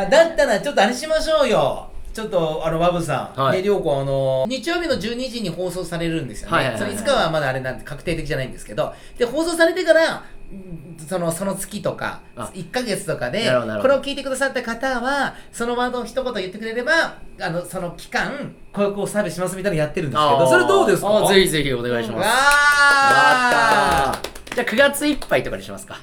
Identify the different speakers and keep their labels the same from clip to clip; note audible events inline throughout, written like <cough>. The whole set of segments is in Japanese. Speaker 1: あだったらちょっとあれしましょうよちょっとあのワブさん、
Speaker 2: はい
Speaker 1: でりょうこあの日曜日の12時に放送されるんですよね、
Speaker 2: はいはいはいはい
Speaker 1: それいつかはまだあれなんて確定的じゃないんですけどで放送されてからうんそのその月とか
Speaker 2: あ
Speaker 1: 1か月とかで
Speaker 2: なるほどなる
Speaker 1: こ
Speaker 2: ほ
Speaker 1: れ
Speaker 2: ど
Speaker 1: を聞いてくださった方はそのワードを一言言ってくれればあのその期間こういうこうサービスしますみたいなのやってるんですけ
Speaker 2: あー
Speaker 1: どそれどうですか
Speaker 2: あーぜひぜひお願いし
Speaker 1: わ
Speaker 2: ます。わ
Speaker 1: あ
Speaker 2: かったじゃあ9月いっぱいとかにしますか。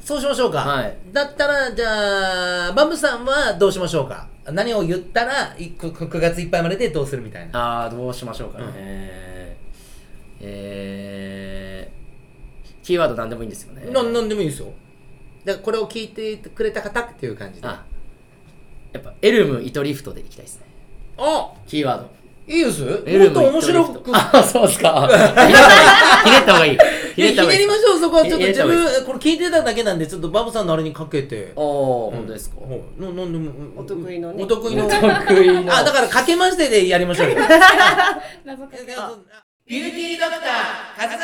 Speaker 1: そうしましょうか。
Speaker 2: はい
Speaker 1: だったら、じゃあ、バムさんはどうしましょうか何を言ったら、いくく9月いっぱいまででどうするみたいな。
Speaker 2: ああどうしましょうかね。
Speaker 1: うん
Speaker 2: えーえー、キーワードなんでもいいんですよね。
Speaker 1: なんなんでもいいですよ。だからこれを聞いてくれた方っていう感じで。
Speaker 2: あやっぱエルムイトリフトでいきたいですね。
Speaker 1: あ
Speaker 2: キーワード。
Speaker 1: いいですもっ
Speaker 2: エルム
Speaker 1: と面白
Speaker 2: イトリフ
Speaker 1: く
Speaker 2: ト。あ、そうっすか。 <laughs> ひねった方がいい。
Speaker 1: ひね
Speaker 2: ひねった方がいい。
Speaker 1: りましょう、そこは。ちょっと
Speaker 2: ひねっ
Speaker 1: 自
Speaker 2: た方がいい
Speaker 1: 分、これ聞いてただけなんで、ちょっとバムさんのあれにかけて。
Speaker 2: おお、本当ですか。
Speaker 1: はいななんでも。
Speaker 3: お得意のね
Speaker 1: お得意 <laughs> の。
Speaker 2: お得意の
Speaker 1: あ、だからかけましてでやりましょうよ。
Speaker 3: 謎かけ
Speaker 1: ビューティードクター、カズさんとともこ。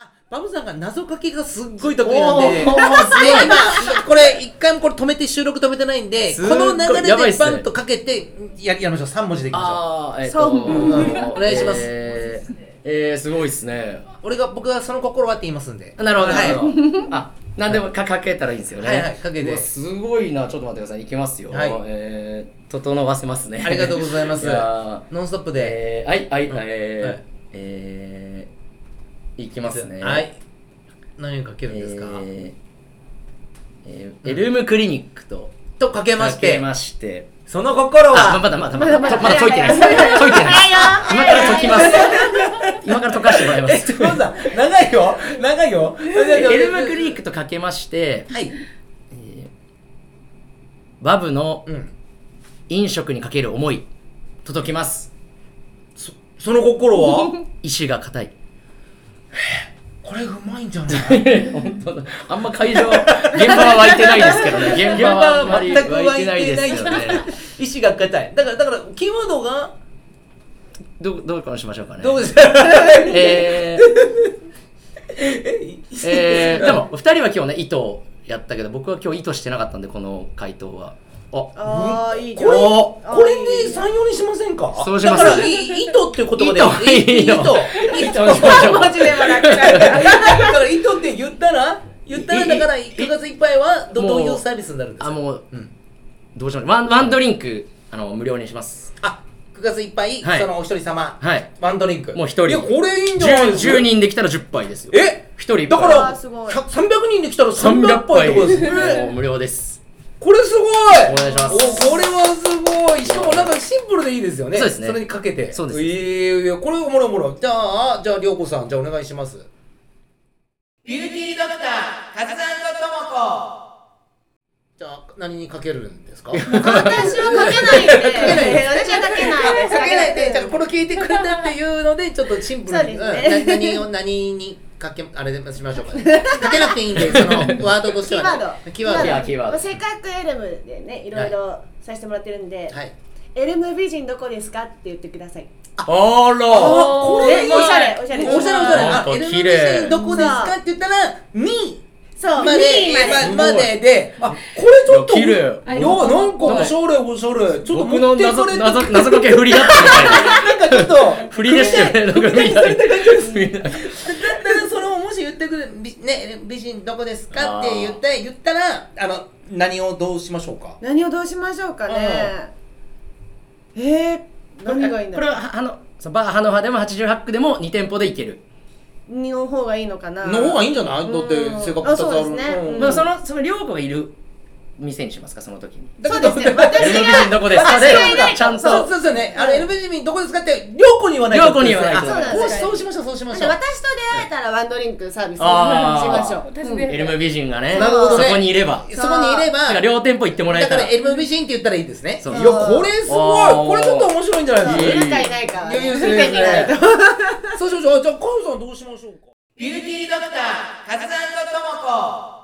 Speaker 1: あ、バブさんが謎かけがすっごい得意なんで。で、
Speaker 2: お
Speaker 1: 今
Speaker 2: ー、
Speaker 1: これ、一回もこれ止めて収録止めてないんで、
Speaker 2: すっご
Speaker 1: こ
Speaker 2: い
Speaker 1: の流れで
Speaker 2: やばいっすね
Speaker 1: バンとかけて、ややりましょう。3文字でいきましょ
Speaker 2: ああ、えっ
Speaker 3: そ
Speaker 2: と、
Speaker 3: う
Speaker 1: お願いします
Speaker 2: えーえー、すごいっすね。
Speaker 1: う。俺が、僕がその心はって言いますんで。
Speaker 2: なるほど、
Speaker 1: は
Speaker 2: ないるほど。あ、なんでもかかけたらいいんですよね。
Speaker 1: はいはいかけて
Speaker 2: うわすごいな、ちょっと待ってください。いきますよ。
Speaker 1: はい
Speaker 2: えー、整わせますね。
Speaker 1: ありがとうございます
Speaker 2: やー
Speaker 1: ノンストップで。
Speaker 2: えー、はい、はい、
Speaker 1: うんは
Speaker 2: え
Speaker 1: い
Speaker 2: ー、えー、いきますね。
Speaker 1: はい。何をかけるんですか
Speaker 2: えーえーエルムクリニックと
Speaker 1: とかけまし
Speaker 2: かけ
Speaker 1: て、
Speaker 2: まして
Speaker 1: その心
Speaker 2: あ
Speaker 1: は、
Speaker 2: まだまだまだまだまだ解いてないです解いてないです今から解
Speaker 1: <laughs>
Speaker 2: きます今から解かしてもらいま
Speaker 1: え、
Speaker 2: す
Speaker 1: ちょっと待って長いよ長いよ
Speaker 2: エルムクリニックとかけまして
Speaker 1: はい。
Speaker 2: バブの
Speaker 1: うん。
Speaker 2: 飲食にかける思い届きます
Speaker 1: その心は
Speaker 2: 意志
Speaker 1: <laughs>
Speaker 2: が硬い
Speaker 1: これうまいんじゃない
Speaker 2: 本当だあんま会場現場は湧いてないですけ
Speaker 1: <laughs>
Speaker 2: どね現場はあんまり
Speaker 1: 全く湧
Speaker 2: 湧
Speaker 1: いて
Speaker 2: いて
Speaker 1: な
Speaker 2: ないい
Speaker 1: で
Speaker 2: ですす
Speaker 1: よ
Speaker 2: よ
Speaker 1: ね
Speaker 2: ね
Speaker 1: 意志が固い。だから、だから、キーワードが、
Speaker 2: どどうかしましょうかね
Speaker 1: どうですか
Speaker 2: えー
Speaker 1: <laughs>
Speaker 2: えー、でも、二人は今日ね、糸をやったけど、僕は今日糸してなかったんで、この回答は。あ、
Speaker 3: ああいい
Speaker 1: これ、
Speaker 2: お
Speaker 1: これで3、4にしませんか
Speaker 2: そうします
Speaker 1: だから、い糸っていう言葉で、
Speaker 2: 糸
Speaker 1: い糸、
Speaker 2: 糸
Speaker 1: 糸、
Speaker 2: 糸しましょう
Speaker 1: マジで笑っちゃう。だから、糸って言ったら、言ったら、だから、9月いっぱいは、ど
Speaker 2: も
Speaker 1: ど
Speaker 2: う
Speaker 1: ういうサービスになるんです
Speaker 2: あ、
Speaker 1: か
Speaker 2: もう、
Speaker 1: うん
Speaker 2: どうしようワン、ワンドリンク、あの、無料にします。
Speaker 1: あ、9月いっぱい、
Speaker 2: はい
Speaker 1: そのお一人様、
Speaker 2: はい。
Speaker 1: ワンドリンク。
Speaker 2: もう一人
Speaker 1: いや、これいいんじゃない
Speaker 2: 10,
Speaker 1: ですか
Speaker 2: 10人できたら10杯ですよ。
Speaker 1: え
Speaker 2: 一人一杯
Speaker 1: だか
Speaker 3: あー
Speaker 1: ら、
Speaker 3: すごい
Speaker 1: 100 300人で来たら300
Speaker 2: 300
Speaker 1: 杯
Speaker 2: 杯
Speaker 1: ってことですね。
Speaker 2: もう
Speaker 1: え
Speaker 2: 無料です。
Speaker 1: これすごい
Speaker 2: お願いします
Speaker 1: おこれはすごいしかもなんかシンプルでいいですよね。
Speaker 2: そうですね
Speaker 1: それにかけて。
Speaker 2: そうです
Speaker 1: えーいや、これおもろいおもろい。じゃあ、じゃあ、りょうこさん、じゃあお願いします。ビューティードクター、カズさんとともこじゃあ、何にかけるん <laughs> ですかかけ
Speaker 3: 私はかけないんで
Speaker 1: けないんです
Speaker 3: 私はかけないです
Speaker 1: ないで、じゃあこれ聞いてくれたっていうので、ちょっとシンプルに。
Speaker 3: そうですね
Speaker 1: んな何を、何にかけ、あれでしま
Speaker 3: <laughs>
Speaker 1: しょうか、ね。かけなくていいんで、そのワードとしては、ね。
Speaker 3: キーワード
Speaker 2: キーワード
Speaker 3: まあせっかくエルムでねいろいろさせてもらってるんで、
Speaker 1: はい。
Speaker 3: エルム美人どこですかって言ってください
Speaker 2: あら
Speaker 1: あこ
Speaker 3: れ
Speaker 1: れ
Speaker 3: おしゃれおしゃれ
Speaker 1: おしゃれおしゃれ。あ
Speaker 2: なんか、
Speaker 1: エルメ
Speaker 2: 綺
Speaker 1: ル
Speaker 2: 麗
Speaker 1: どこですかって言ったら、に
Speaker 3: そう
Speaker 1: ま
Speaker 3: ミ
Speaker 1: で、
Speaker 3: ーまで
Speaker 1: ままでで、あ、これちょっと、
Speaker 2: いや綺麗
Speaker 1: よなんかおしゃれおしゃれ。ちょっと
Speaker 2: 僕
Speaker 1: 持
Speaker 2: の
Speaker 1: って
Speaker 2: 謎、
Speaker 1: かれて、なん
Speaker 2: 謎、謎かけ振りだったみたい
Speaker 1: か
Speaker 2: な。
Speaker 1: ちょっと、
Speaker 2: 振りでしたよね、なんかみたいな。
Speaker 1: だったらそれをもし言ってくれる、びね、美人どこですかって言って、言ったら、あの、何をどうしましょうか。
Speaker 3: 何をどうしましょうかねえー、何がいいんだ
Speaker 2: これ
Speaker 3: ろう
Speaker 2: は、はの、そうバーハの葉でも88区でも2店舗でいける。
Speaker 3: にの方がいいのかな
Speaker 1: の方がいいん
Speaker 3: い
Speaker 1: じゃないだって、
Speaker 3: うん
Speaker 1: 性格
Speaker 3: あ
Speaker 1: 2つ
Speaker 3: そう
Speaker 1: あ
Speaker 3: です
Speaker 1: る。
Speaker 3: ね
Speaker 1: うん
Speaker 3: うん
Speaker 2: でもその、その、両子がいる店にしますか、その時に。
Speaker 1: だ
Speaker 3: そ
Speaker 1: け
Speaker 3: う
Speaker 1: ど
Speaker 3: ですね私
Speaker 2: エルメ
Speaker 3: が
Speaker 2: 人どこですか
Speaker 3: 私がいない
Speaker 2: で、ちゃん
Speaker 1: そうそう。
Speaker 2: と
Speaker 1: ですよね。あの、エルベジミンどこですかって、りょうこに言わないと
Speaker 2: りょうこに言わないと
Speaker 1: あ
Speaker 3: そうなん
Speaker 1: こう
Speaker 3: です
Speaker 1: そうしましょう、そうしま
Speaker 3: 私
Speaker 1: し
Speaker 3: と
Speaker 1: ょう
Speaker 3: 出。会えたらワンドリンクサービスし
Speaker 2: あー
Speaker 3: ましょう
Speaker 4: 私
Speaker 3: うん
Speaker 4: で
Speaker 2: エルム美人がね、
Speaker 1: なるほどね
Speaker 2: そこにいれば。
Speaker 1: そこにいれば、
Speaker 2: なんか両店舗行ってもらえ
Speaker 1: だか
Speaker 2: た
Speaker 1: ら
Speaker 2: ら。
Speaker 1: エルム美人って言ったらいいですね。い
Speaker 2: そう
Speaker 1: や、
Speaker 2: です
Speaker 1: これすごい
Speaker 2: あー
Speaker 1: これちょっと面白いんじゃない
Speaker 2: い
Speaker 1: で
Speaker 2: い
Speaker 1: すか
Speaker 3: いるかいないかはね
Speaker 1: いやいや
Speaker 3: いるかいないか
Speaker 1: そうしましょう。じゃあ、カズさんどうしましょうかビューティードクター、カズさんと
Speaker 4: 私
Speaker 1: と
Speaker 4: は
Speaker 1: もこ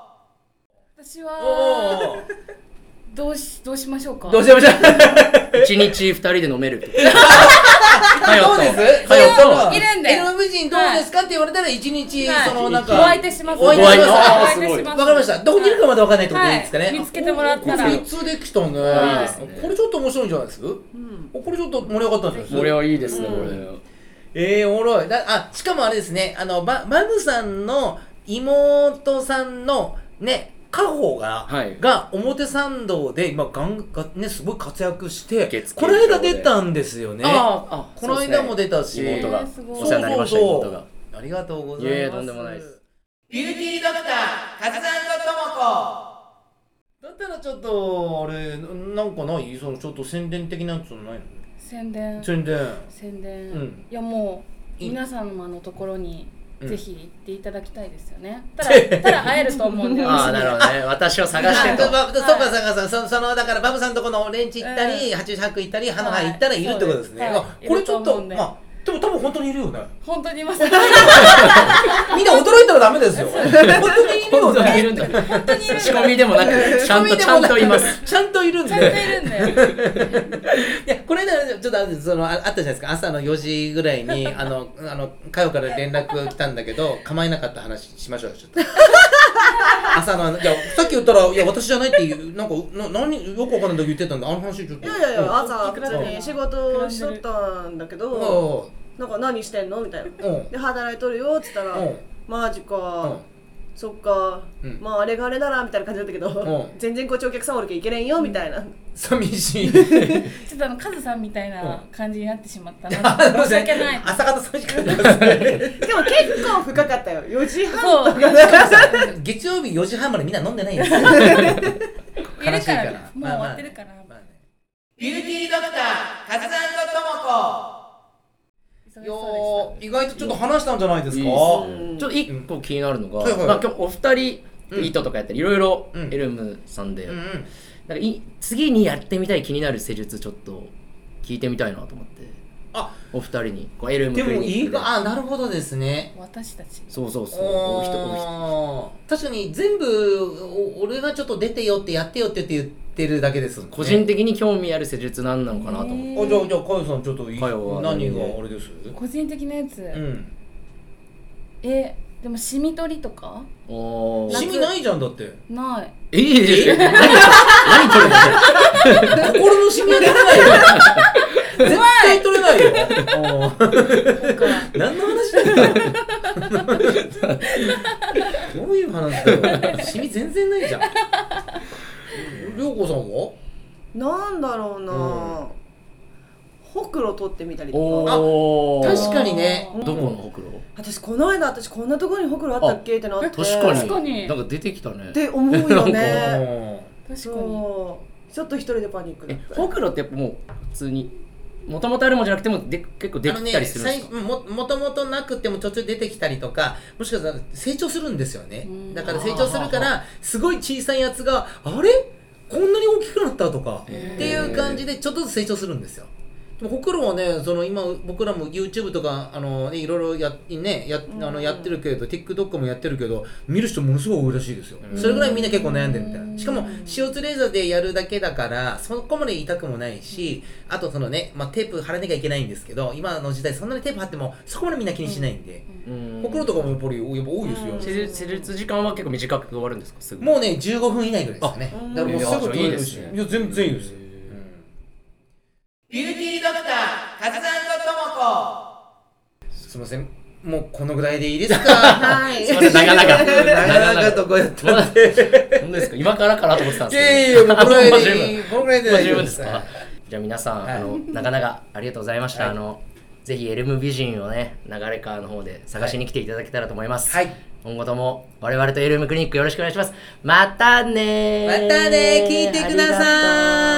Speaker 4: どうしどうしましょうか
Speaker 1: どうしましょう <laughs>
Speaker 2: 一日二人で飲める。かよ
Speaker 1: ど
Speaker 2: と
Speaker 1: うです
Speaker 2: かよ
Speaker 1: その
Speaker 2: と
Speaker 4: いるんで
Speaker 1: NMB 人どうですかって言われたら一日
Speaker 4: はい
Speaker 1: そのなん
Speaker 4: お
Speaker 1: か
Speaker 4: 相手します
Speaker 1: お相
Speaker 2: 手します
Speaker 4: お相手します
Speaker 1: わかりましたどこにいるかまでわかんないってことでいいですか
Speaker 4: はい
Speaker 1: ね
Speaker 4: 見つけてもらったら
Speaker 1: 普通できたね
Speaker 4: はい
Speaker 2: いいですね
Speaker 1: これちょっと面白いんじゃないですか
Speaker 3: うん
Speaker 1: これちょっと盛り上がったんじゃないですか
Speaker 2: これはいいですね、
Speaker 1: うん
Speaker 2: これ。
Speaker 1: えー、おもろいだあしかもあれですねあのババブさんの妹さんのね家宝が、
Speaker 2: はい
Speaker 1: が表参道で今ガンがねすごい活躍して
Speaker 2: 月
Speaker 1: こ
Speaker 2: 金
Speaker 1: の
Speaker 2: 賞で
Speaker 1: 間出たんですよね
Speaker 2: ああ、
Speaker 1: この間も
Speaker 2: 出
Speaker 1: 出たし、
Speaker 2: 妹が
Speaker 4: えーすごい
Speaker 2: お世話になりました、
Speaker 1: そうそうそう
Speaker 2: 妹が。
Speaker 1: ありがとうございます
Speaker 2: いえとんでもないです
Speaker 1: ビューティードクターカズさんとともだったらちょっとあれなんかないそのちょっと宣伝的なやつないの
Speaker 4: 宣伝
Speaker 1: 宣伝
Speaker 4: 宣
Speaker 1: う
Speaker 4: 伝
Speaker 1: ん
Speaker 4: いやもう
Speaker 1: いい
Speaker 4: 皆様のところに
Speaker 1: うん
Speaker 4: ぜひ行っていただきたいですよねただただ会えると思うんで
Speaker 2: <laughs> ああ、なるほど
Speaker 1: <laughs>
Speaker 2: ね。私を探して
Speaker 1: あ
Speaker 2: と。
Speaker 1: バブそうかそうかそうそそのだからバブさんとこのオレンジ行ったり、八十八区行ったり、ハノハ行ったらいるってことですね。
Speaker 4: はい
Speaker 1: あこれちょっ
Speaker 4: いると思
Speaker 1: と
Speaker 4: うんで
Speaker 1: まあでも多分本当にいるよね。
Speaker 4: 本当にいます
Speaker 1: みんな驚いたらダメです
Speaker 2: <laughs>
Speaker 1: よ。本当にいるよ
Speaker 2: 本当にい
Speaker 1: ね。
Speaker 2: るんだ。 <laughs> 仕込みでも
Speaker 1: <laughs>
Speaker 2: なく、ちゃんと、ちゃんといます。。
Speaker 1: ちゃんといるん
Speaker 4: ちゃんとい
Speaker 1: で。
Speaker 4: るんで
Speaker 1: いやこれねちょっとあのそのああったじゃないですか。朝の四時ぐらい
Speaker 3: <laughs>
Speaker 1: にあのあの佳代から連絡来たんだけど構えなかった話しましょうよちょっ
Speaker 3: <laughs>
Speaker 1: と。朝のいやさっき言ったらいや私じゃないっていうなんかな何よくわかんないんだけど言ってたんだあの話ちょっ
Speaker 3: い
Speaker 1: と。
Speaker 3: やいやい
Speaker 1: うん
Speaker 3: や朝普通に仕事をしとったんだけど
Speaker 1: おう
Speaker 3: なんか何してんのみたいな
Speaker 1: おう
Speaker 3: で働いとるよっつったら
Speaker 1: うん
Speaker 3: マジ
Speaker 1: お
Speaker 3: か
Speaker 1: う
Speaker 3: そっか
Speaker 1: うん
Speaker 3: まああれがあれならみたいな感じだったけど
Speaker 1: うん
Speaker 3: 全然こっちお客さんおるけんいけれんよみたいな
Speaker 1: 寂
Speaker 3: <laughs>
Speaker 1: しい
Speaker 4: ちょっとあのカズさんみたいな感じになってしまった
Speaker 1: あ
Speaker 4: な申し訳ない
Speaker 1: 朝方寂しかったですね
Speaker 3: <laughs> でも結構深かったよ4時半
Speaker 4: そう
Speaker 1: 月曜日4時半までみんな飲んでないんです
Speaker 3: <laughs>
Speaker 1: よ
Speaker 4: いる
Speaker 1: 悲しいから
Speaker 4: か
Speaker 1: ら
Speaker 4: もう終わってるから
Speaker 1: ビューティードクターカズさん
Speaker 4: 忙し
Speaker 1: と
Speaker 4: そうでした
Speaker 1: よー意外とちょっと話したんじゃないですか
Speaker 2: いい
Speaker 3: ね
Speaker 2: ちょっと一個気になるのが、
Speaker 1: はいはい
Speaker 2: まあ、今日お二人
Speaker 1: うん
Speaker 2: 糸とかやったりいろいろ
Speaker 1: うん
Speaker 2: エルムさんで、
Speaker 1: うんうん
Speaker 2: なんかい次にやってみたい気になる施術ちょっと聞いてみたいなと思って
Speaker 1: あ
Speaker 2: お二人にこうエルム
Speaker 1: で
Speaker 2: クリ
Speaker 1: も
Speaker 2: ニ
Speaker 1: い
Speaker 2: ック
Speaker 1: い
Speaker 2: で
Speaker 1: かあなるほどですね
Speaker 4: 私たち
Speaker 2: そうそうそうお人お人
Speaker 1: お確かに全部お俺がちょっと出てよってやってよってって言ってるだけですもんね
Speaker 2: 個人的に興味ある施術何なのかなと思って、
Speaker 4: ね
Speaker 1: あじゃあじゃあカヨさんちょっとい
Speaker 2: カヨは
Speaker 1: 何があ
Speaker 2: 何
Speaker 1: れ
Speaker 2: で
Speaker 1: です
Speaker 4: 個人的なや
Speaker 1: う
Speaker 4: つ、
Speaker 1: ん
Speaker 4: えでもシミ取りとか
Speaker 2: おー
Speaker 1: シミないじゃんだって
Speaker 4: ない
Speaker 2: えいいですよ何何取るんですか
Speaker 1: 心のシミは取れないよ絶対取れないよおー
Speaker 4: なんか
Speaker 1: 何の話だよどういう話だよシミ全然ないじゃん涼子さんは
Speaker 3: なんだろう
Speaker 1: うん
Speaker 3: なほくろ取ってみたりとか
Speaker 2: おー
Speaker 1: 確かにね
Speaker 4: うん
Speaker 2: どこのほくろ
Speaker 3: 私この間私こんなところにほくろあったっけってなって
Speaker 2: 確かに
Speaker 4: 確かに
Speaker 2: なんか出てきたね
Speaker 3: って思うよ
Speaker 1: う
Speaker 3: ね
Speaker 1: ん
Speaker 4: 確かに
Speaker 3: そうちょっと一人でパニックだ
Speaker 2: え
Speaker 3: った
Speaker 2: ほくろってやっぱもう普通にもともとあるもんじゃなくてもで結構できたりするんです
Speaker 1: あ
Speaker 2: か、
Speaker 1: のねさいももともとなくても途中出てきたりとかもしかしたら成長するんですよね
Speaker 4: うん
Speaker 1: だから成長するからすごい小さいやつがあれこんなに大きくなったとかって
Speaker 2: へー
Speaker 1: いう感じでちょっとずつ成長するんですよでもほくろはねその今僕らも YouTube とかあの、ね、いろいろや,、ね、やあのやってるけれど TikTok もやってるけど見る人ものすごい多いらしいですよ
Speaker 2: うん
Speaker 1: それぐらいみんな結構悩んでるみたいうなんしかも CO2 レーザーでやるだけだからそこまで痛くもないし、あとそのね、まあ、テープ貼らなきゃいけないんですけど今の時代そんなにテープ貼ってもそこまでみんな気にしないんで、
Speaker 2: うん
Speaker 1: ほくろとかもやっぱりやっぱ多いですよ、
Speaker 2: 施術施術時間は結構短く終わるんですかすぐ
Speaker 1: もうね15分以内ぐらいですかね
Speaker 3: あ
Speaker 1: だからもうすぐ取れるし
Speaker 2: いやいいですね
Speaker 1: いや全然いいですよ、ビューティードクターカズさんとともこすいませんもうこのぐらいでいい <laughs> ですか
Speaker 3: はい
Speaker 2: すいませんなかなか
Speaker 1: <laughs> 長々とこうや <laughs> ったんで
Speaker 2: 本当ですか今からかなと思ってたん
Speaker 1: い
Speaker 2: です
Speaker 1: やい
Speaker 2: け
Speaker 1: や
Speaker 2: ど
Speaker 1: いやもうこのぐらいでい
Speaker 2: も
Speaker 1: いこのぐらいで
Speaker 2: う
Speaker 1: 大
Speaker 2: 十
Speaker 1: 丈夫
Speaker 2: 分
Speaker 1: で
Speaker 2: ですす
Speaker 1: か
Speaker 2: かじゃあ皆さん、
Speaker 1: はい
Speaker 2: あのなかなかありがとうございました、
Speaker 1: はい
Speaker 2: あのぜひエルム美人をね流れ川の方で探しに来ていただけたらと思います、
Speaker 1: はい
Speaker 2: 今後とも我々とエルムクリニックよろしくお願いしますまたねー
Speaker 1: またね聞いてください
Speaker 2: ありがとう